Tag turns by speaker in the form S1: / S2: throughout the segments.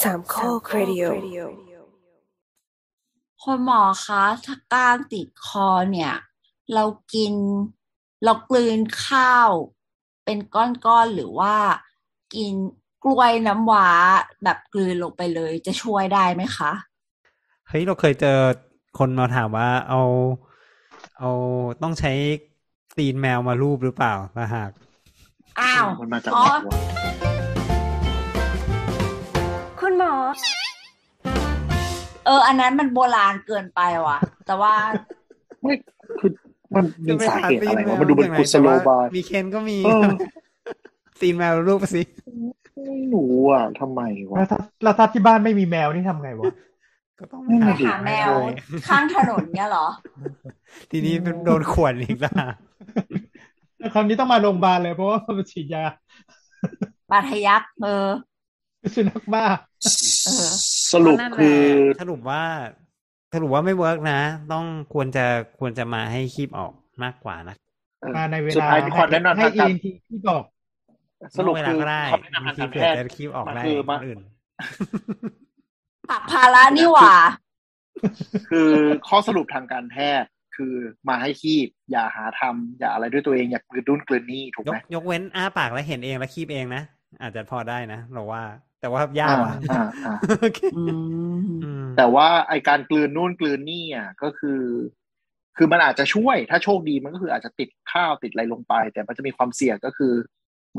S1: สามข้อครดิโอ
S2: คุณหมอคะถ้าก้างติดคอเนี่ย เรากิน เรากลืนข้าว เป็นก้อนๆหรือว่า กินกล้วยน้ำว้าแบบกลืนลงไปเลยจะช่วยได้ไหมคะ
S3: เฮ้ยเราเคยเจอคนมาถามว่าเอา เอาต้องใช้ตีนแมวมารูปหรือเปล่าถ้าหาก
S2: อ้าว
S4: มันมาจาก
S2: อ๋อ
S4: ไหนวะ
S1: คุณหมอ
S2: เออ อันนั้นมันโบราณเกินไปว่ะ แต่ว่า
S4: ไม่คือมันมีสาเหตุอะไรวะมันดูเป็นกุศโลบาย
S3: มีเคนก็มี
S4: เออ
S3: ตีนแมวรูปสิ
S4: ไม่รู้อ่ะทำไมวะ
S5: แล้วถ้าแล้วถ้าที่บ้านไม่มีแมวนี่ทำไงวะ
S3: ก็ต้อง
S4: นั่น
S2: ไป
S4: น่ะดิ
S2: หาแมวข้างถนนเนี่ยเหรอ
S3: ทีนี้เป็นโดนขวนอีกละ
S5: แล้วคราวนี้ต้องมาโรงพยาบาลเลยเพราะว่ามันฉีดยา
S2: บาทยักษ์เออ
S5: สุนัขบ้า
S2: เออ
S4: สรุปคือ
S3: สรุปว่าสรุปว่าไม่เวิร์กนะ ต้องควรจะควรจะมาให้คีบออกมากกว่านะ
S5: มาในเว
S4: สุด
S5: ลา
S4: ท้ายที่ความแนะนำ
S5: ให้
S4: ทางกา
S5: อี
S4: ร
S5: นทีที่บอก
S4: สรุป
S3: นอกเวลาก็
S4: คือ
S3: ได้
S4: คำแนะนำทาง
S3: คีบ
S4: การ
S3: เส
S4: แพ
S3: ร็จ
S4: ทย์
S3: แล้วคีบออกได้
S4: มันคือมา
S3: คนอื่น
S2: ผักพาระนี่หว่า
S4: คือข้อสรุปทางการแพทย์ คือมาให้คีบ อย่าหาทำอย่าอะไรด้วยตัวเองอย่ากลืนดุ้นกลืนนี่ถูก
S3: ย
S4: ไหม
S3: กยกเว้นอ้าปากแล้วเห็นเองแล้วคีบเองนะ อาจจะพอได้นะเราว่า แต่ว่ายาก
S4: อ่า
S3: ว่ะ
S4: อ่าอ่า
S3: โอเค
S2: อืม
S3: อืม
S4: แต่ว่าไอการกลืนนู่นกลืนนี่อ่ะก็คือ คือมันอาจจะช่วยถ้าโชคดีมันก็คืออาจจะติดข้าวติดอะไรลงไป แต่มันจะมีความเสี่ยงก็คือ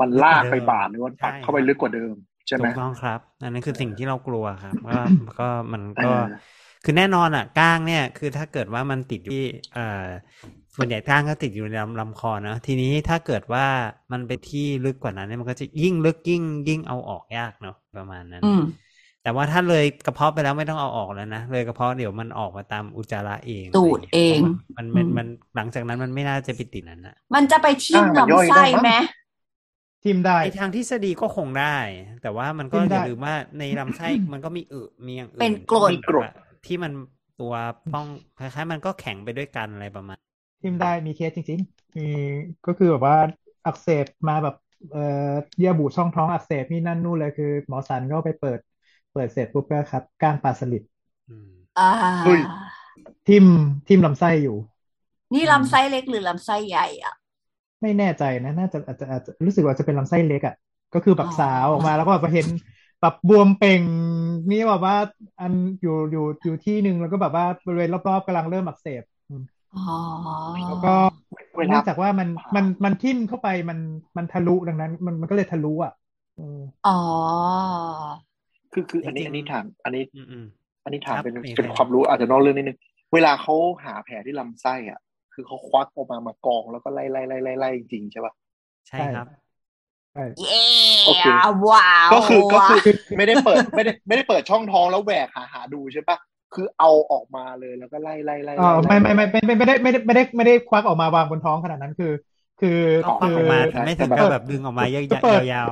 S4: มันลากไปบาดหรือมันปักเข้าไปลึกกว่าเดิม ใช่ไหม
S3: ถูกต้องครับ อันนั้นคือสิ่งที่เรากลัว ครับก็ก็มัน
S4: เอ
S3: ก็
S4: อ
S3: คือแน่นอนอ่ะก้างเนี่ย คือถ้าเกิดว่ามันติดอยู่ที่เอ่อส่วนใหญ่ก้างก็ติดอยู่ในลำลำคอเนอะทีนี้ถ้าเกิดว่ามันไปที่ลึกกว่านั้นเนี่ยมันก็จะยิ่งลึกยิ่งยิ่งเอาออกยากเนาะประมาณนั้น
S2: อืม
S3: แต่ว่าถ้าเลยกระเพาะไปแล้วไม่ต้องเอาออกแล้วนะเลยกระเพาะเดี๋ยวมันออกมาตามอุจจาระเอง
S2: ตูดเอง
S3: มันมัน
S2: อืม
S3: มันหลังจากนั้นมันไม่น่าจะไปติดนั้นนะ
S2: มันจะไปทิ่ม
S4: อ่ะมันย่อย
S2: ลำไส้
S4: ได้มั้ง
S2: ไหม
S5: ทีมได้
S3: ไอทางทฤษฎีก็คงได้ แต่ว่ามันก็
S5: เป็น
S3: อ
S5: ได้
S3: ย่าลืมว่าในลำไส้ มันก็มีอึมีอย่างอื่น
S2: เป็นกรด
S3: ที่มัแบบว่าที่มันตัวป้องคล้ายๆมันก็แข็งไปด้วยกันอะไรประมาณ
S5: ทีมได้มีเคสจริงๆมีก็คือแบบว่าอักเสบมาแบบเอ่อเยื่อบุช่องท้องอักเสบนี่นั่นนู่นเลยคือ หมอสันก็ไปเปิด เปิดเสร็จปุ๊บก็ครับก้างปลาสลิด
S3: อืม
S2: อ่า
S4: เฮ้ย
S5: ทิ่มทิ่มลำไส้อยู่
S2: นี่ลำไส้เล็กหรือลำไส้ใหญ่อ่ะ
S5: ไม่แน่ใจนะน่าจะอาจจะอาจจะรู้สึกว่าจะเป็นลำไส้เล็กอ่ะก็คือแบบ
S2: อ๋อ
S5: สาวออกมาแล้วก็แบบเห็นแบบบวมเป่งนี่แบบว่า อันอยู่อยู่อยู่ที่หนึ่งแล้วก็แบบว่าบริเวณรอบๆกำลังเริ่มอักเสบอืม
S2: อ๋อ
S5: แล้วก็
S4: เว
S5: เนื่
S4: ลา
S5: องจากว่ามันมันมันทิ่มเข้าไปมันมันทะลุดังนั้น มันมันก็เลยทะลุอ่ะเออ
S2: อ๋อ
S4: คือคือ อันนี้อันนี้ถามอันนี้
S3: อืมอืม
S4: อันนี้ถา
S3: ค
S4: ม
S3: รับ
S4: เป็น
S3: มี
S4: เป็น
S3: ใคร
S4: ความรู้อาจจะนอกเรื่องนิดนึง เวลาเขาหาแผลที่ลำไส้อ่ะ คือเขาควักออกมามากองแล้วก็ไล่ไล่ไล่ไล่ไล่จริงๆใช่ป่ะ
S3: ใช่ครับ
S2: เย้
S4: โอเค
S2: ว้าว
S4: ก็คือก็คือ
S2: ว้าว
S4: ไม่ได้เปิด ไม่ได้ไม่ได้เปิดช่องท้องแล้วแหวกหาหาดูใช่ป่ะคือเอาออกมาเลยแล้วก็ไล่ไล่ไล่
S5: เออไม่ไม่ไม่ไม่ไม่ไม่ได้ไม่ได้ไม่ได้ไม่ได้ควักออกมาวางบนท้องขนาดนั้นคือ คือ
S3: ก็ควัก
S5: คือ
S3: ออกมาแต่ไม่ถึงกับแบบดึงออกมาย
S5: ก็เปิ
S3: า
S5: ด
S3: วๆยาว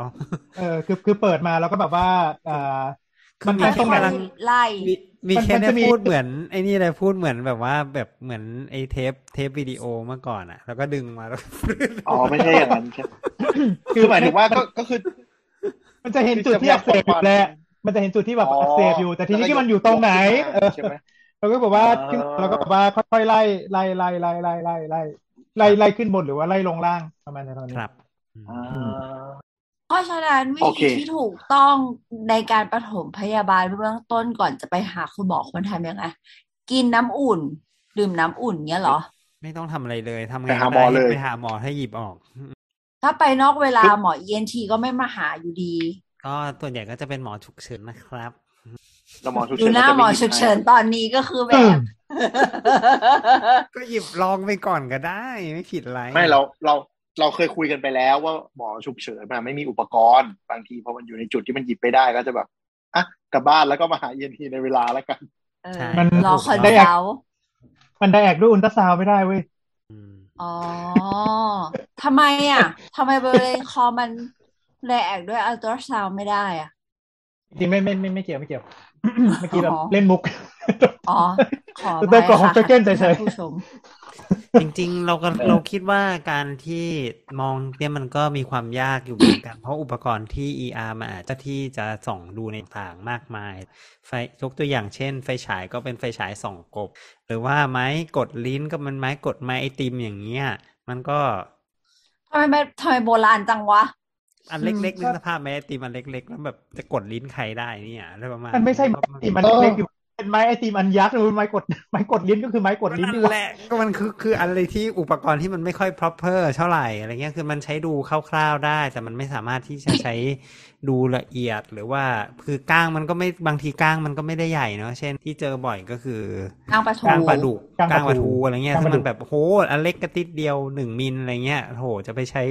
S5: เออคือคือเปิดมาแล้วก็แบบว่าอ่า
S3: ๆ
S5: มัน
S3: มี
S5: มัน
S3: แค่
S5: ตรงไหน
S3: กำลัง
S2: ไล่
S3: มีมี
S5: มัน
S3: แค่
S5: มัน
S3: ได้
S5: จะมี
S3: พูดเหมือนไอ้นี่เลยพูดเหมือนแบบว่าแบบเหมือนไอ้เทปเทปวิดีโอเมื่อก่อนอ่ะ แล้วก็ดึงมาแล้ว
S4: อ๋อไม่ใช่อย่างนั้นใช่คือหมายถึงว่าก็ก็คือ
S5: มันจะเห็นจุดที่อักเสบอยู่แหละมันจะเห็นจุดที่แบบอักเสบอยู่ แต่ทีนี้ที่มันอยู่ตรงไหน เออ
S4: ใช่ไหม
S5: เราก็บอกว่า
S4: อ่า
S5: ขึ้นเราก็บอกว่าค่อยๆไล่ไล่ไล่ไล่ไล่ไล่ไล่ไล่ไล่ขึ้นบนหรือว่าไล่ลงล่างประมาณนั้นตอนนี้
S3: ครับ
S4: อ่า
S2: เพราะฉะนั้นวิ
S4: โอ
S2: ธี
S4: เค
S2: ที่ถูกต้องในการปฐมพยาบาลเบื้องต้นก่อนจะไปหาคุณหมอควรทำยังไงกินน้ำอุ่น ดื่มน้ำอุ่นเนี้ยเหรอ
S3: ไม่ต้องทำอะไรเลยทำไง
S4: ไปหา
S3: ก็ได้
S4: หมอเลย
S3: ไปหาหมอให้หยิบออก
S2: ถ้าไปนอกเวลาหมอเอ็นทีก็ไม่มาหาอยู่ดี
S3: ก็ส่วนใหญ่ก็จะเป็นหมอฉุกเฉินนะครับ
S4: แล้วหมอฉุก
S2: ดู
S4: เฉิน
S2: หน้า
S4: ก็จะ
S2: หมอฉุกเฉินตอนนี้ก็คือแบ
S5: อืม
S2: บ
S3: ก็หยิบลองไปก่อนก็ได้ไม่ผิดอะไร
S4: ไม่เราเราเราเคยคุยกันไปแล้วว่าหมอฉุกเฉินมันไม่มีอุปกรณ์บางทีพอมันอยู่ในจุดที่มันหยิบไปได้ก็จะแบบอ่ะกลับบ้านแล้วก็มาหาเย็นทีในเวลาแล้วกัน
S2: เออ
S3: ใช่
S5: มัน
S2: รอคอน
S5: ได้แอ
S2: เซ
S5: ก
S2: ลท์
S5: มันได้แอกด้วยอุลตราซาวด์ไม่ได้เว้ย
S3: อืม
S2: อ๋อทำไมอ่ะทำไมบริเวณคอมันได้แอกด้วยอัลตราซาวไม่ได้อ่ะ
S5: จริงไม่ไม่ไม่ไม่เกี่ยวไม่เกี่ยว เมื่อกี้แบบ
S2: อ๋อ
S5: เล่นมุก
S2: อ๋อ ขอ
S5: แต่ก่อน
S2: ไว้ค่ะ
S5: ผมจะเก้นเฉยๆ
S2: ท่านผู้ชม
S3: จริงๆ เราก็เราคิดว่าการที่มองเนี่ยมันก็มีความยากอยู่เหมือนกัน เพราะอุปกรณ์ที่ ER มันอาจจะที่จะส่องดูในต่างมากมาย ไฟยกตัวอย่างเช่น ไฟฉายก็เป็นไฟฉายส่องกบ หรือว่าไม้กดลิ้นก็มันไม้กดไม้ไอติมอย่างเงี้ย มันก็
S2: ทำไมไม่ทำไมโบราณจังวะ
S3: อันเล็กๆนึกสภาพไม้ไอติมอันเล็กๆแล้วแบบจะกดลิ้นใครได้เนี่ยอะไรประมาณ
S5: มันไม่ใช่ไม้
S3: ก็
S5: ไอติมมันเล็กๆอยู่เป็นไม้ไอติมอันยักษ์หรือไม้กดไม้กดลิ้นก็คือไม้กดลิ้นดีก
S3: นั่น
S5: ว่า
S3: แหละก็มันคือคืออะไรที่อุปกรณ์ที่มันไม่ค่อย proper เท่าไหร่อะไรเงี้ยคือมันใช้ดูคร่าวๆได้ แต่มันไม่สามารถที่จะใช้ดูละเอียดหรือว่าคือก้างมันก็ไม่บางทีก้างมันก็ไม่ได้ใหญ่เนาะเช่นที่เจอบ่อยก็คือ
S2: นางปลาทู
S3: ก้างปลาดุก
S5: างปลาทู
S3: ก้างปลาทูอะไรเงี้ย
S5: ก้างป
S3: ซึ่งมั
S5: ลาดุก
S3: นแบบโหอันเล็กกระติดเดียวหนึ่งมิลอะไรเงี้ยโหจะไปใช้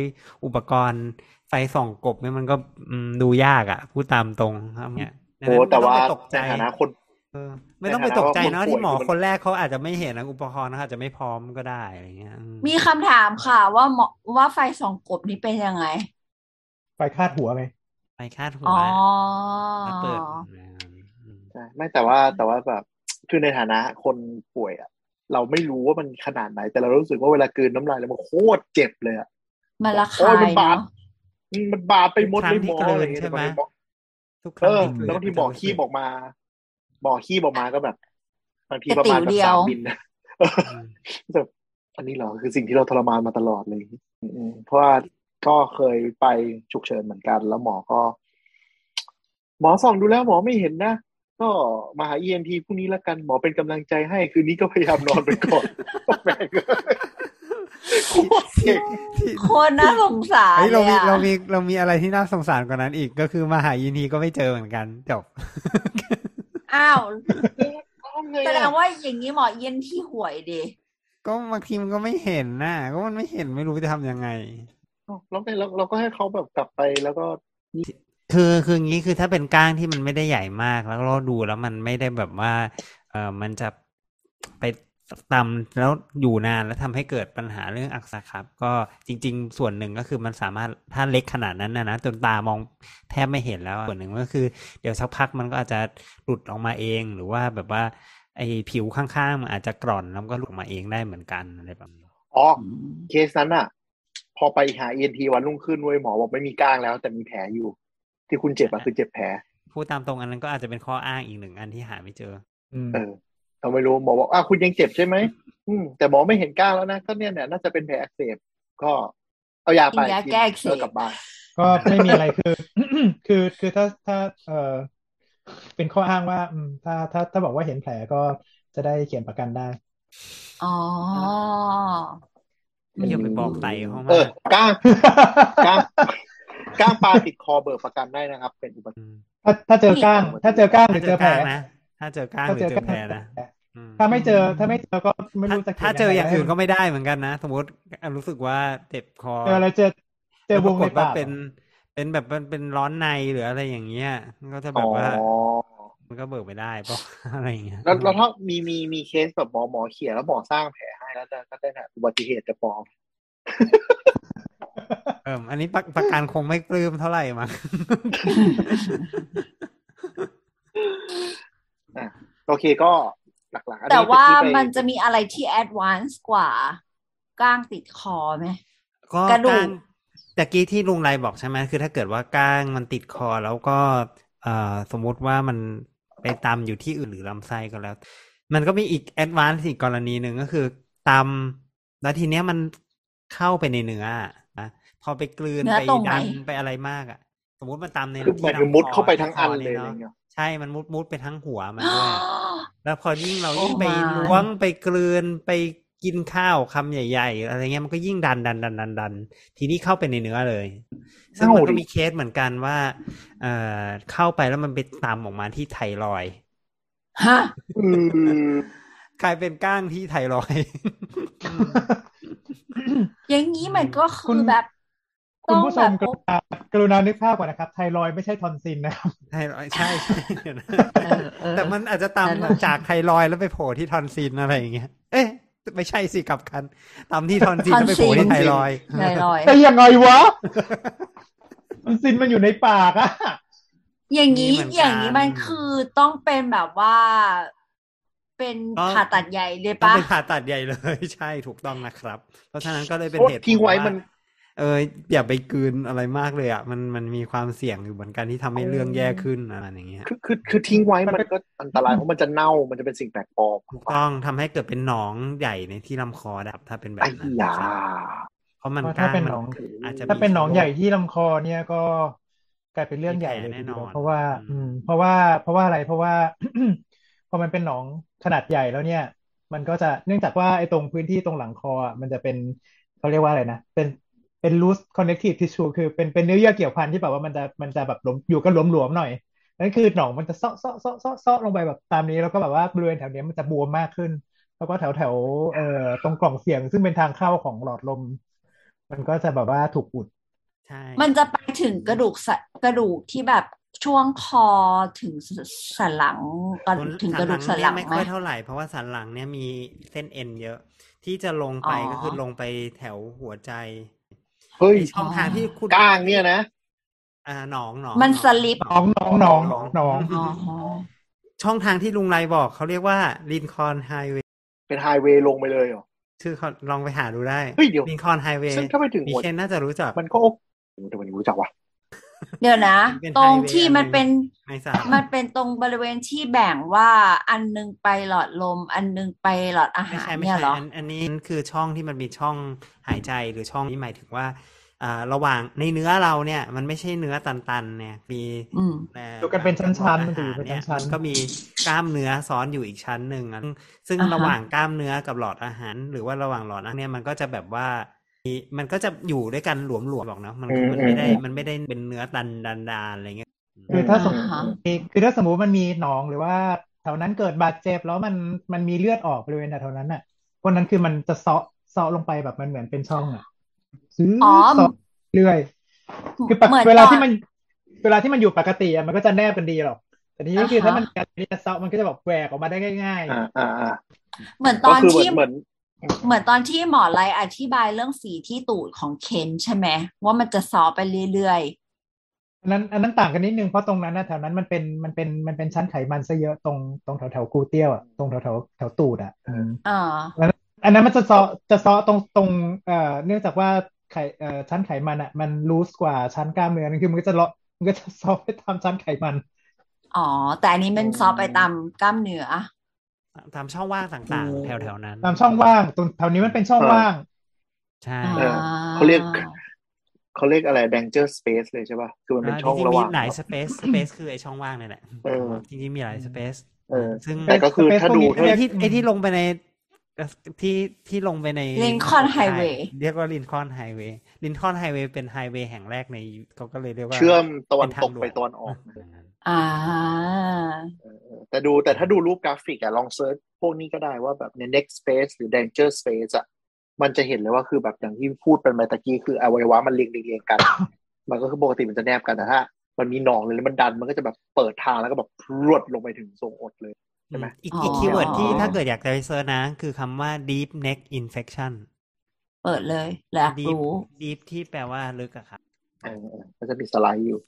S3: อุปกรณ์ไฟส่องกบเนี่ยมันก็อืมดูยากอะ่ะพูดตามตรงครับเนี่ย
S4: โอ้แต่ว่า
S3: ไม่องไปกใจ
S4: ในฐานะคน
S3: เออไม่ต้องไป
S4: ใน
S3: ต
S4: ฐานะ
S3: กใจเนาะ
S4: ว่าค
S3: ที่
S4: นป่วย
S3: หมอ
S4: คือมัน
S3: คนแรกเขาอาจจะไม่เห็นนะอุปกรณ์เขาอาจจะไม่พร้อมก็ได้อะไรเงี้ยอืม
S2: มีคำถามค่ะว่าหมอว่าไฟสองกบนี้เป็นยังไง
S5: ไปคาดหัวไป
S3: ไปคาดหั
S2: อ๋
S3: ว
S2: อ
S3: แล้วเปิดงานอืม
S4: ใช่ไม่แต่ว่าแต่ว่าแบบคือในฐานะคนป่วยอะเราไม่รู้ว่ามันขนาดไหน แต่เรารู้สึกว่าเวลากลืนน้ำลายแล้วมันโคตรเจ็บเลยอะ
S2: มันละ
S4: โอ้
S2: คาย ย
S4: มันบาด
S2: เนาะ
S4: อืมมันบาดไปหมด
S3: ทุกครั้
S4: เล
S3: งที่เกิน
S4: ยหมออะไรเงี้ย
S3: ใช่
S4: แต่
S3: ไหม
S4: บางทีหมอ
S3: ทุกคร
S4: เอ
S3: ั้งที่เกิน
S4: อแล้วบางทีหมอขี้บอกมาหมอขี้บอกมาก็แบบบางทีประมาณแบบสามบินนะ
S3: อืม
S4: แบบอันนี้เหรอคือสิ่งที่เราทรมานมาตลอดเลยอืมๆเพราะว่าก็เคยไปฉุกเฉินเหมือนกัน แล้วหมอก็ หมอส่องดูแล้วหมอไม่เห็นนะก็มาหา EMT พรุ่งนี้ละกันหมอเป็นกำลังใจให้ คืนนี้ก็พยายามนอนไปก่ อนแม่งโคตรเก่ง
S3: ที่
S2: โคตรน่าสงสาร
S3: เฮ้ยเรามี
S2: ลยอะ
S3: เรามีเรามีอะไรที่น่าสงสารกว่านั้นอีกก็คือมาหายินทีก็ไม่เจอเหมือนกันจบ
S2: อ้าว
S4: อ้าวไง
S2: แสด
S4: อะ
S2: งว่าอย่างนี้หมอเย็นที่หวยดิ
S3: ก็บางทีมันก็ไม่เห็นนะก็มันไม่เห็นไม่รู้จะทำยังไง
S4: แล้วไงเราเราก็ให้เขาแบบกลับไปแล้วก็
S3: คือคืออย่างงี้คือถ้าเป็นก้างที่มันไม่ได้ใหญ่มากแล้วเราดูแล้วมันไม่ได้แบบว่าเออมันจะไปตำแล้วอยู่นานแล้วทำให้เกิดปัญหาเรื่องอักษะครับ ก็จริง ๆ ส่วนหนึ่งก็คือมันสามารถถ้าเล็กขนาดนั้นนะนะจนตามองแทบไม่เห็นแล้วอะส่วนหนึ่งก็คือเดี๋ยวสักพักมันก็อาจจะหลุดออกมาเองหรือว่าแบบว่าไอ้ผิวข้างๆมันอาจจะกร่อนแล้วมันก็หลุดออกมาเองได้เหมือนกันอะไรแบบนี้
S4: อ๋อ เคสนั้นอะพอไปหา EMT วันรุ่งขึ้นเว้ยหมอบอกไม่มีก้างแล้ว แต่มีแผลอยู่ ที่คุณเจ็บอะคือเจ็บแผล
S3: พูดตามตรงอันนั้นก็อาจจะเป็นข้ออ้างอีกหนึ่งอันที่หาไม่เจอ
S5: อืม
S4: เออเราไม่รู้หมอบอกอ้าวคุณยังเจ็บใช่ไหมอืมแต่หมอไม่เห็นก้าวแล้วนะก็เนี่ยเนี่ยน่าจะเป็นแผลอักเสบก็เอายาไป
S2: กินยาแก้อักเส
S4: เออบ กลับบ้าน
S5: ก็ไม่มีอะไรคือ คือคือถ้าถ้าเออเป็นข้ออ้างว่าอืมถ้าถ้าถ้าบอกว่าเห็นแผลก็จะได้เขียนประกันได้
S2: อ๋อ
S3: ไม่อย่าไปบอกไตเขา
S4: เอ
S3: มา
S4: อก ก้างก้างก้างปลาติดคอเบิกประกันได้นะครับ เป็นอุบัติ
S3: อืม
S5: ถ้าถ้าเจอก้าง ถ้าเจอก้างหรือเจอแผล
S3: ถ้าเจอกล้างนะ ถ้าเจอกล้างหรือเจอแผลนะอืม
S5: ถ้าไม่เจอถ้าไม่เจอก็ไม่รู้จะ
S3: ถ้าเจออย่างอื่นก็
S5: เ
S3: ไม่ได้เหมือนกันนะ สมมติรู้สึกว่าเจ็บคอ
S5: จออะไรเจอเจอวงใน
S3: แล้ปรากฏ
S5: ปา
S3: ว่าก เป็น เป็นแบบมันเป็นร้อนในหรืออะไรอย่างเงี้ยมันก็จะแบ
S4: อ๋อบ
S3: ว่า มันก็เบิกไม่ได้เพราะ อะไรอย่างเงี้ย
S4: แล้วแล้วถ้ามีมีมีเคสแบบหมอหมอเขี่ยแล้วหมอสร้างแผลให้แล้วจะก็ได้นะอุบัติเหตุจะปลอม
S3: เอออันนี้ประประกันคงไม่ปลื้มเท่าไหร่มั้ง
S4: โอเคก็หลักๆอันนี้
S2: แต่ว่า
S4: ที่ไป
S2: มันจะมีอะไรที่แอดวานซ์กว่า ก้างติดคอไหม
S3: ก็
S2: กระดูก
S3: างตะกี้ที่ลุงไรบอกใช่ไหมคือถ้าเกิดว่าก้างมันติดคอแล้วก็เอ่อสมมุติว่ามันไปตำอยู่ที่อื่นหรือลำไส้ก็แล้ว มันก็มีอีกแอดวานซ์อีกกรณีหนึ่งก็คือตำแล้วทีเนี้ยมันเข้าไปในเนื้ออะนะพอไปกลืน
S2: เนื้อ
S3: ไป
S2: ตรงไหม
S3: ดันไปอะไรมากอ่ะ สมมติมันตำใน
S4: คือหมายถึง
S3: ที่ลำ
S4: มุดเข้าไป
S3: ค
S4: ทั้งอัน
S3: ค
S4: เลยอะไร
S3: าะ
S4: เงี้ย
S3: ใช่มันมุดมุดไปทั้งหัวมัน ด้วย แล้วพอยิ่งเรา
S2: โอ้
S3: ยิ่งไป
S2: my
S3: ล้วงไปกลืนไปกินข้าวคำใหญ่ๆอะไรเงี้ยมันก็ยิ่งดันดันดันดันดัน ทีนี้เข้าไปในเนื้อเลย ซึ่งมันก็มีเคสเหมือนกันว่าเอ่อเข้าไปแล้วมันไปตามออกมาที่ไทรอยด์
S2: ฮะ
S4: อืม
S3: กลายเป็นก้างที่ไทรอยด์
S2: อย่างนี้มันก็
S5: คุ
S2: คื
S5: ณ
S2: อแบบ
S5: คุณ
S2: ต้อง
S5: ผู้ช
S2: แบ
S5: ม
S2: บ
S5: กรุณากรุณานึกภาพก่อนนะครับ ไทรอยด์ไม่ใช่ทอนซิลนะครับ
S3: ไทรอยด์ใช่ใช่เดี๋ยวนะ
S2: เออเออ
S3: แต่มันอาจจะตาม
S2: ไทรอยด์
S3: จากไทรอยด์แล้วไปโผล่ที่ทอนซิลอะไรอย่างเงี้ย เอ๊ะไม่ใช่สิกลับกันตามที่ทอนซิลแล้วไปโผล่ที่ไทรอยด์
S2: ไทรอยด์
S5: แต่ยังไงวะทอนซิลมันอยู่ในปากอะ
S2: อย่างนี้
S3: นี่เหมือนกัน
S2: อย่างนี้มันคือต้องเป็นแบบว่า เป็น
S3: ก็
S2: ผ่าตัดใหญ่เลย
S3: ต้อง
S2: ปะ
S3: เป็นผ่าตัดใหญ่เลย ใช่ถูกต้องนะครับ เพราะฉะนั้นก็เลยเป็น
S4: โอ๊ย
S3: เหตุผล
S4: ทิ้งไว้มัน
S3: เอออย่าไปกลืนอะไรมากเลยอ่ะมันมันมีความเสี่ยงอยู่เหมือนกันที่ทำให้เรื่องแย่ขึ้นอะไรอย่างเงี้ย
S4: คือคือคือทิ้งไว้มันก็อันตรายเพราะมันจะเน่ามันจะเป็นสิ่งแปลกปลอม
S3: ถูกต้องทำให้เกิดเป็นหนองใหญ่ในที่ลำคอดับถ้าเป็นแบบ
S4: ไอ้
S3: นั้น
S4: ยา
S3: เพราะมัน
S5: เพราะ
S3: กล้า
S5: ถ้าง เป็น
S3: มั
S5: หนอง
S3: อาจจะมี
S5: ถ้าเป็นหนองใหญ่ที่ลำคอเนี่ยก็กลายเป็นเรื่องใหญ่เลย
S3: มีแผล
S5: ทีเดียว
S3: แน่นอน
S5: เพราะว่า
S3: อืม
S5: อืม เพราะว่า เพราะว่าอะไรเพราะ ว่า พอมันเป็นหนองขนาดใหญ่แล้วเนี่ย มันก็จะเนื่องจากว่าไอ้ตรงพื้นที่ตรงหลังคออะมันจะเป็นเขาเรียกว่าอะไรนะเป็นเป็น loose connective tissue คือเป็นเป็นเนื้อเยื่อเกี่ยวพันที่แบบว่ามันจะมันจะแบบหลวมอยู่ก็หลวมๆหน่อยนั่นคือหนองมันจะเซาะเซาะเซาะเซาะเซาะลงไปแบบตามนี้แล้วก็แบบว่าบริเวณแถวเนี้ยมันจะบวมมากขึ้น แล้วก็แถวแถวเอ่อตรงกล่องเสียงซึ่งเป็นทางเข้าของหลอดลม มันก็จะแบบว่าถูกอุด
S3: ใช่
S2: มันจะไปถึงกระดูกสะกระดูกที่แบบช่วงคอถึงสสันหลังก่อน
S3: ส่วน
S2: ถึงกระดูกสันห
S3: เนี่ย
S2: ลัง
S3: ไม่
S2: ไหม
S3: ค่อยเท่าไหร่เพราะว่าสันหลังเนี่ยมีเส้นเอ็นเยอะ ที่จะลงไป
S2: อ๋อ
S3: ก็คือลงไปแถวหัวใจ
S4: เฮ้ย
S3: ในช่องทางที่คุณ
S4: ก้างเนี่ยนะ
S3: อ่าหนองหนอง
S2: มัน
S3: หอง
S2: สลิป
S3: ห
S5: น้องน้องน้องน้อง
S2: อ๋อ
S3: ช่องทางที่ลุงไรบอกเขาเรียกว่าลินคอนไฮเวย์
S4: เป็นไฮเวย์ลงไปเลยเหรอ
S3: ชื่อเขาลองไปหาดูได้
S4: เฮ้ยเดี๋ยว
S3: ลินคอนไฮเวย์
S4: ซึ่งถ้าไปถึงหั
S3: มี
S4: ว
S3: เคนน่าจะรู้จัก
S4: มันก็โอเคแต่วันนี้รู้จักว่ะ
S2: เดี๋ยวนะ
S3: เป็น
S2: ตรง
S3: highway
S2: ที่มันเป็น
S3: ในสาร
S2: มันเป็นตรงบริเวณที่แบ่งว่าอันหนึงไปหลอดลม อันหนึงไปหลอดอา
S3: ไม่
S2: หาร
S3: ใช่ไม่
S2: เนี่ย
S3: ใช่
S2: เหรอ
S3: อันอันนี้คือช่องที่มันมีช่องหายใจหรือช่องนี้หมายถึงว่าอ่าระหว่างในเนื้อเราเนี่ย มันไม่ใช่เนื้อตันๆเนี่ยมี
S2: อืม
S3: แต่
S5: ดูกันเป็นชั้นๆมันจะอยู่เป็น
S3: หลดอาหาร
S5: ชั้น
S3: เยมั
S5: ๆ
S3: นก็มีกล้ามเนื้อซ้อนอยู่อีกชั้นหนึ่งอะซึ่ง
S2: อ่าฮะ
S3: ระหว่างกล้ามเนื้อกับหลอดอาหาร หรือว่าระหว่างหลอดอาหารเนี่ยมันก็จะแบบว่ามีมันก็จะอยู่ด้วยกันหลวมๆบอกเนาะมันคือมันไม่ได้
S4: อืมอืม
S3: มันไม่ได้เป็นเนื้อตันดันดานอะไรเงี้ย
S5: คือถ้าสมม
S2: อ่า
S5: ติ
S2: ฮะ
S5: คือถ้าสมมติมันมีหนองหรือว่าแถวนั้นเกิดบาดเจ็บแล้วมันมันมีเลือดออกบริเวณแถวๆนั้นน่ะพวกนั้นคือมันจะเซาะเซาะลงไปแบบมันเหมือนเป็นช่องอ่ะซื้อ
S2: อ๋อ
S5: เซาะเรื่อย คือปก
S2: เหมือน
S5: เวลา
S2: ตอ
S5: ที่มัน เวลาที่มันอยู่ปกติอะมันก็จะแนบกันดีหรอก แต่ทีนี้
S2: อ่า
S5: คือถ้า
S2: ฮะ
S5: มันกัดมันจะเซาะมันก็จะแบบแหวกออกมาได้ง่าย
S4: อ่าอ่าอ่า
S2: เหมือนต
S4: ก็
S2: อน
S4: คือเหมือ
S2: ที่
S4: น
S2: เห
S4: เหมือน
S2: มือนตอนที่หมอไลอธิบายเรื่องฝีที่ตูดของเคนใช่ไหมว่ามันจะซอไปเรื่อย
S5: ๆอันนั้นอันนั้นต่างกันนิดนึงเพราะตรงนั้นนะแถวนั้นมันเป็นมันเป็นมันเป็นชั้นไขมันซะเยอะตรงตรงแถวแถวๆกูเตี้ยวอะตรงแถวแถวแถวตูดอะอืม
S2: ๆอ่า
S5: อันนั้นมันจะเซาะจะเซาะตรงตรงเอ่อเนื่องจากว่าไขเอ่อชั้นไขมันอ่ะ มันลูสกว่าชั้นกล้ามเนื้อนั่นคือมันก็จะเลาะมันก็จะเซาะไปตามชั้นไขมัน
S2: อ๋อ แต่อันนี้มันซอไปตามกล้ามเนื้อ
S3: ตามช่องว่างต่างๆ แถวๆนั้น
S5: ตามช่องว่างตรงแถวนี้มันเป็นช่องว่าง
S3: ใช่
S2: อ่า
S4: เออเขาเรียกเขาเรียกอะไร danger space เลยใช่ป่ะ คือมันเป็นช่อง
S3: จริงๆ
S4: ระห
S3: มี
S4: ว่าง
S3: หลายสเปซสเปซคือไอช่องว่างเนี่ยแหละ
S4: เออ
S3: จริงๆมีหลายสเปซ
S4: เออ
S3: ซึ่ง
S4: แต่ก็คือถ้าดู
S3: ไอ
S4: เท่า
S3: ที่ไอที่ลงไปในที่ที่ลงไปใน
S2: Lincoln Highway
S3: เรียกว่าลินคอนไฮเวย์ลินคอนไฮเวย์เป็นไฮเวย์แห่งแรกในเขาก็เลยเรียกว่า
S4: เชื่อมตะวันตกไป
S3: เป็ทางหลง
S4: ตะวันออก
S2: อ่า
S4: แต่ดูแต่ถ้าดูรูปกราฟิกอะลองเซิร์ชพวกนี้ก็ได้ว่าแบบใน next space หรือ danger space อะมันจะเห็นเลยว่าคือแบบอย่างที่พูดเป็นไปตะกี้คืออวัยวะมันเรียงเรียงเรียงกัน มันก็คือปกติมันจะแนบกันแต่ถ้า มันมีหนองเลยแล้วมันดันมันก็จะแบบเปิดทางแล้วก็แบบพรวดลงไปถึงทรงอดเลย ใช่ไหม
S3: อีกอีก
S2: อ๋อ
S3: คีย์เวิร์ดที่ถ้าเกิดอยากจะไปเซิร์ชนะ คือคำว่า deep neck infection
S2: เปิดเลยแล้วอยาก
S3: deep
S2: รู้
S3: deep ที่แปลว่าลึกอะครับ
S4: เออเออก็จะมีสไลด์อยู่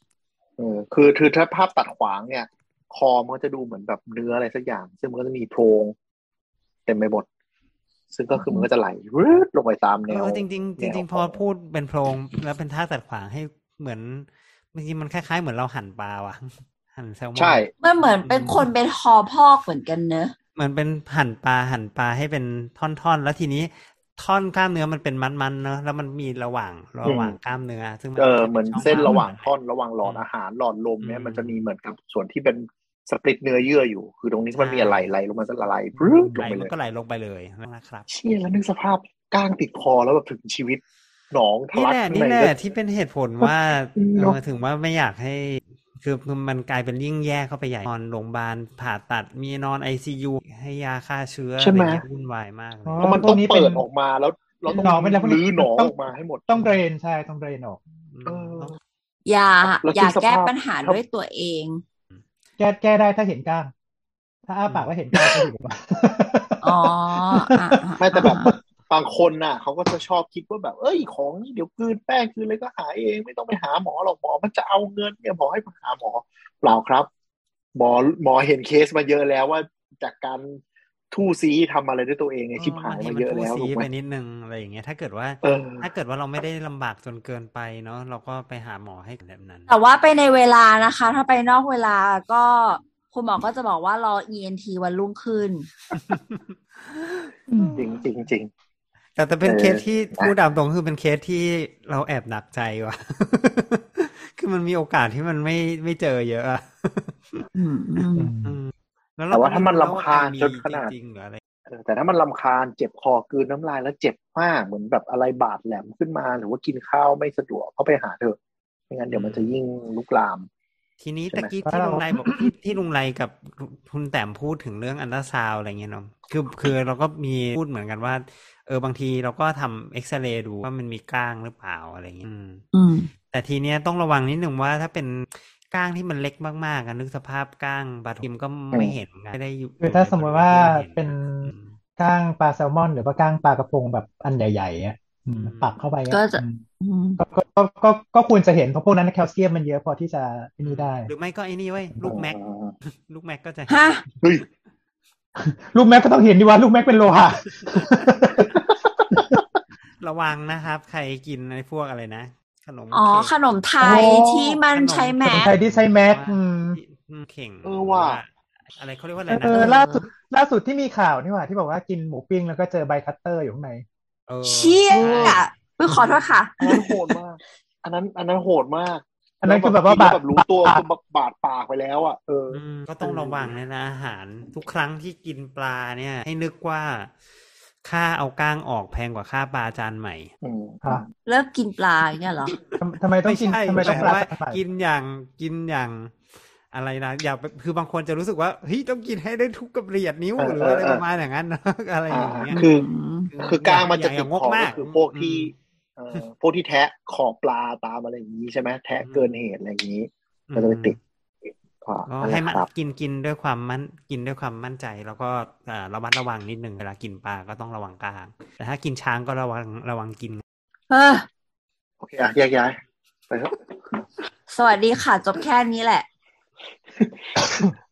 S4: เออคือคือถ้าภาพตัดขวางเนี่ย คอมันก็จะดูเหมือนแบบเนื้ออะไรสักอย่าง ซึ่งมันก็จะมีโพรงเต็มไปหมด ซึ่งก็คือมันก็จะไหลวืดลงไปตามแน
S3: เอ
S4: ว
S3: อจริงๆจ
S4: แนว
S3: ริงๆพ
S4: ข
S3: อ
S4: อง
S3: พูดเป็นโพรงแล้วเป็นท่าตัดขวางให้เหมือนบางทีมันคล้ายๆ เหมือนเราหั่นปลาว่ะ หั่นแซลมอน
S4: ใช่
S2: มันเหมือนเป็นคนเป็นคอพอกเหมือนกันเนอะ
S3: เหมือนเป็นหั่นปลาหั่นปลาให้เป็นท่อนๆ แล้วทีนี้ท่อนกล้ามเนื้อมันเป็นมันๆเนอะแล้วมันมีระหว่างระหว่างกล้ามเนื้อ ซึ่งมั
S4: เออ
S3: ก็จป็
S4: เหมือน
S3: ช่
S4: เส้นระหว่าง
S3: ท่
S4: ท่
S3: อ
S4: อน นระหว่างหลอด
S3: อืม
S4: อาหารหลอดลมเนี่
S3: อื
S4: ย
S3: ม
S4: มันจะมีเหมือนกับส่วนที่เป็นสปริตเนื้อเยื่ออยู่ คือตรงนี้มัน
S3: ใช่
S4: มีอะไรไหลลงมาละลายปรื๊ดล
S3: ไหล
S4: งไปเล
S3: มัน
S4: ย
S3: ก็ไหลลงไปเลยนะครับ
S4: เชี่ยแล้วนึกสภาพก้างติดคอแล้วแบบถึงชีวิตหนองทะ
S3: นี่
S4: ลัก
S3: แหละ
S4: ข้าง
S3: นี่
S4: ใน
S3: แห
S4: ก็
S3: ละที่เป็นเหตุผลว่า
S4: อืม
S3: เออถึงว่าไม่อยากให้ คือมันกลายเป็นยิ่งแย่เข้าไปใหญ่นอนโรงพยาบาลผ่าตัดมีนอนไอซียูให้ยาฆ่าเชื้อ
S4: ใช่ไหม
S3: อะรเงี้ยวุ่นวายมากเลย
S5: อ๋อ
S4: เพราะมัน
S5: พว
S4: ต้อก ง
S5: นี้
S4: เปิด
S5: น
S4: ออกมาแล้วเราต้อง
S5: หนองเป็นอะไรพวกนี้
S4: รื้อหนอง
S5: ต้
S4: อ
S5: อ
S4: อง กมาให้หมด
S5: ต้องเดรนใช่ต้องเดรนออก
S4: เออ
S2: อย่า
S4: แล้ว
S2: อ
S4: คิ
S2: ย่า
S4: ดสภาพ
S2: แก้ปัญหาด้วยตัวเอง
S5: แก้แก้ได้ถ้าเห็นกล้าง ถ้าอ้าปากแล้วเห็นกล้างก็อยู่ว่า
S2: อ๋ออ่ะอ่ะ
S4: ไม่แต่แบบ
S2: อ่ะ
S4: บางคนน่ะเขาก็จะชอบคิดว่าแบบ เอ้ยของนี่เดี๋ยวกลืนแป้งกลืนอะไรก็หายเองไม่ต้องไปหาหมอหรอกหมอมันจะเอาเงินเนี่ยหมอให้ไปหาหมอเปล่าครับ หมอหมอเห็นเคสมาเยอะแล้วว่าจากการ ทู่ซีทำอะไรด้วยตัวเองเนี่ยชิบหาย
S3: บงที
S4: มาเยอะแล้ว
S3: ทู่
S4: ถู
S3: ซี
S4: กไหม
S3: ไปนิดนึงอะไรอย่างเงี้ยถ้าเกิดว่า
S4: เออ
S3: ถ้าเกิดว่าเราไม่ได้ลำบากจนเกินไปเนาะเราก็ไปหาหมอให้แบบนั้น
S2: แต่ว่าไปในเวลานะคะ ถ้าไปนอกเวลาก็คุณหมอก็จะบอกว่ารอ ENT วันรุ่งขึ้น
S4: จริงจริงจริง
S3: แต่แต่เป็น
S4: เออ
S3: เคสที่
S4: อ่ะ
S3: พูดตามตรงคือเป็นเคสที่เราแอบหนักใจว่ะ คือมันมีโอกาสที่มันไม่ไม่เจอเยอะอะ
S2: อืมอืม
S3: อืมล้
S4: แต่ว่าถ้ามัน
S3: ไรู้
S4: รำคาญ
S3: ว่
S4: จนขนาด
S3: มีจริงๆหรืออะไร
S4: เออแต่ถ้ามันลำคาญเจ็บคอกลืนน้ำลายแล้วเจ็บมากเหมือนแบบอะไรบาดแหลมขึ้นมา หรือว่ากินข้าวไม่สะดวกก็ไปหาเถอะไม่งั้นเดี๋ยวมันจะยิ่งลุกลาม
S3: ทีนี้
S4: ใช่
S3: ตะ
S4: ไหม
S3: กี้ที่ลุงไรบอก ที่ที่ลุงไรกับคุณแต้มพูดถึงเรื่องอันตราซาวด์อะไรเงี้ยเนาะคือคือเราก็มีพูดเหมือนกันว่า เออบางทีเราก็ทำเอ็กซเรย์ดูว่ามันมีกล้างหรือเปล่าอะไรเงี้ยอืม
S2: อืม
S3: แต่ทีเนี้ยต้องระวังนิดหนึ่งว่าถ้าเป็นก้างที่มันเล็กมากๆอะนึกสภาพก้างปลาทิมก็ไม่เห็นไงไม่ได้อยู่
S5: คือถ้าสมมติว่าเป็น
S3: อืม
S5: ก้างปลาแซลมอน หรือว่าก้างปลากระพงแบบอันใหญ่ๆอ่ะอืม
S3: อืม
S5: ปักเข้าไปอ
S2: ก็จะ
S5: อืม
S2: อืม
S5: ก็ก็ก็ก็ก็ควรจะเห็นเพราะพวกนั้นแคลเซียมมันเยอะพอที่จะนี่ได้
S3: หรือไม่ก็ไอ้นี่ไว้ยลูกแม็ก
S4: เออ
S3: ลูกแม็กก็จะ
S2: ฮะ
S4: เฮ้ย
S5: ลูกแม็กก็ต้องเห็นดิว่าลูกแม็กเป็นโลหะ
S3: ระวังนะครับ ใครกินในพวกอะไรนะ ขนม
S2: อ๋อข
S3: เค้ก
S2: นมไทย
S5: โอ้
S2: ที่มันใช้แม
S5: ค
S2: ส
S5: นไทยที่ใช้แม็ก
S3: ว่า
S5: อืม
S3: อืมเข่ง
S4: เออว่า
S3: อะไรเขาเรียกว่าอะไร
S5: เอ
S3: นะ
S5: อล่าสุดล่าสุดที่มีข่าวนี่หว่าที่บอกว่ากินหมูปิ้งแล้วก็เจอใบคัตเตอร์อยู่ข้างใน
S3: เออ
S2: เชี่ยไม่ขอโทษค่ะ
S4: อันนั้นโหดมาก อันนั้นอันนั้นโหดมาก
S5: อันนั้นคือแบบว่า
S4: ล้
S5: บาด
S4: แบบรู้ตัวคือบาดบาดปากไปแล้วอ่ะเออ
S3: อืมก็ต้องระวังนะนะอาหาร ทุกครั้งที่กินปลาเนี่ย ให้นึกว่า ค่าเอาก้างออกแพงกว่าค่าปลาจานใหม่
S4: อืม
S5: อ่ะ
S2: เลิกกินปลาอย่างเนี่ยเหรอ
S5: ทำทำไมต้องกิน
S3: ใช่
S5: ทำไมต้อง
S3: แต่
S5: ปลา
S3: ว่า
S5: สาย
S3: กินอย่างกินอย่างอะไรนะอย่าไปคือบางคนจะรู้สึกว่าเฮ้ยต้องกินให้ได้ทุกกับเรียดนิ้วหรืออะไรประมาณอย่างนั้นนะ อะไรอย่างเงี้ย
S4: คือ
S2: อืม
S4: คือกลางมันจะ
S3: อ
S4: ติ
S3: ย่า
S4: ด
S3: งก
S4: ขอบ
S3: มาก
S4: ก็คือพวกที่
S3: อืม
S4: เอ่อพวกที่แทะขอบปลาตามอะไรอย่างนี้ใช่ไหมแทะเกินเหตุอะไรอย่างนี้ก็จะไปติดก็
S3: ก็
S4: นั่นแห
S3: ให้
S4: ละ
S3: มัน
S4: ครับ
S3: กินกินด้วยความมั่นกินด้วยความมั่นใจ แล้วก็เอ่อระมัดระวังนิดนึงเวลากินปลาก็ต้องระวังกลาง แต่ถ้ากินช้างก็ระวังระวังกิน
S2: เออ
S4: โอเคอ่ะแยกย้ายไปครับ
S2: สวัสดีค่ะ จบแค่นี้แหละ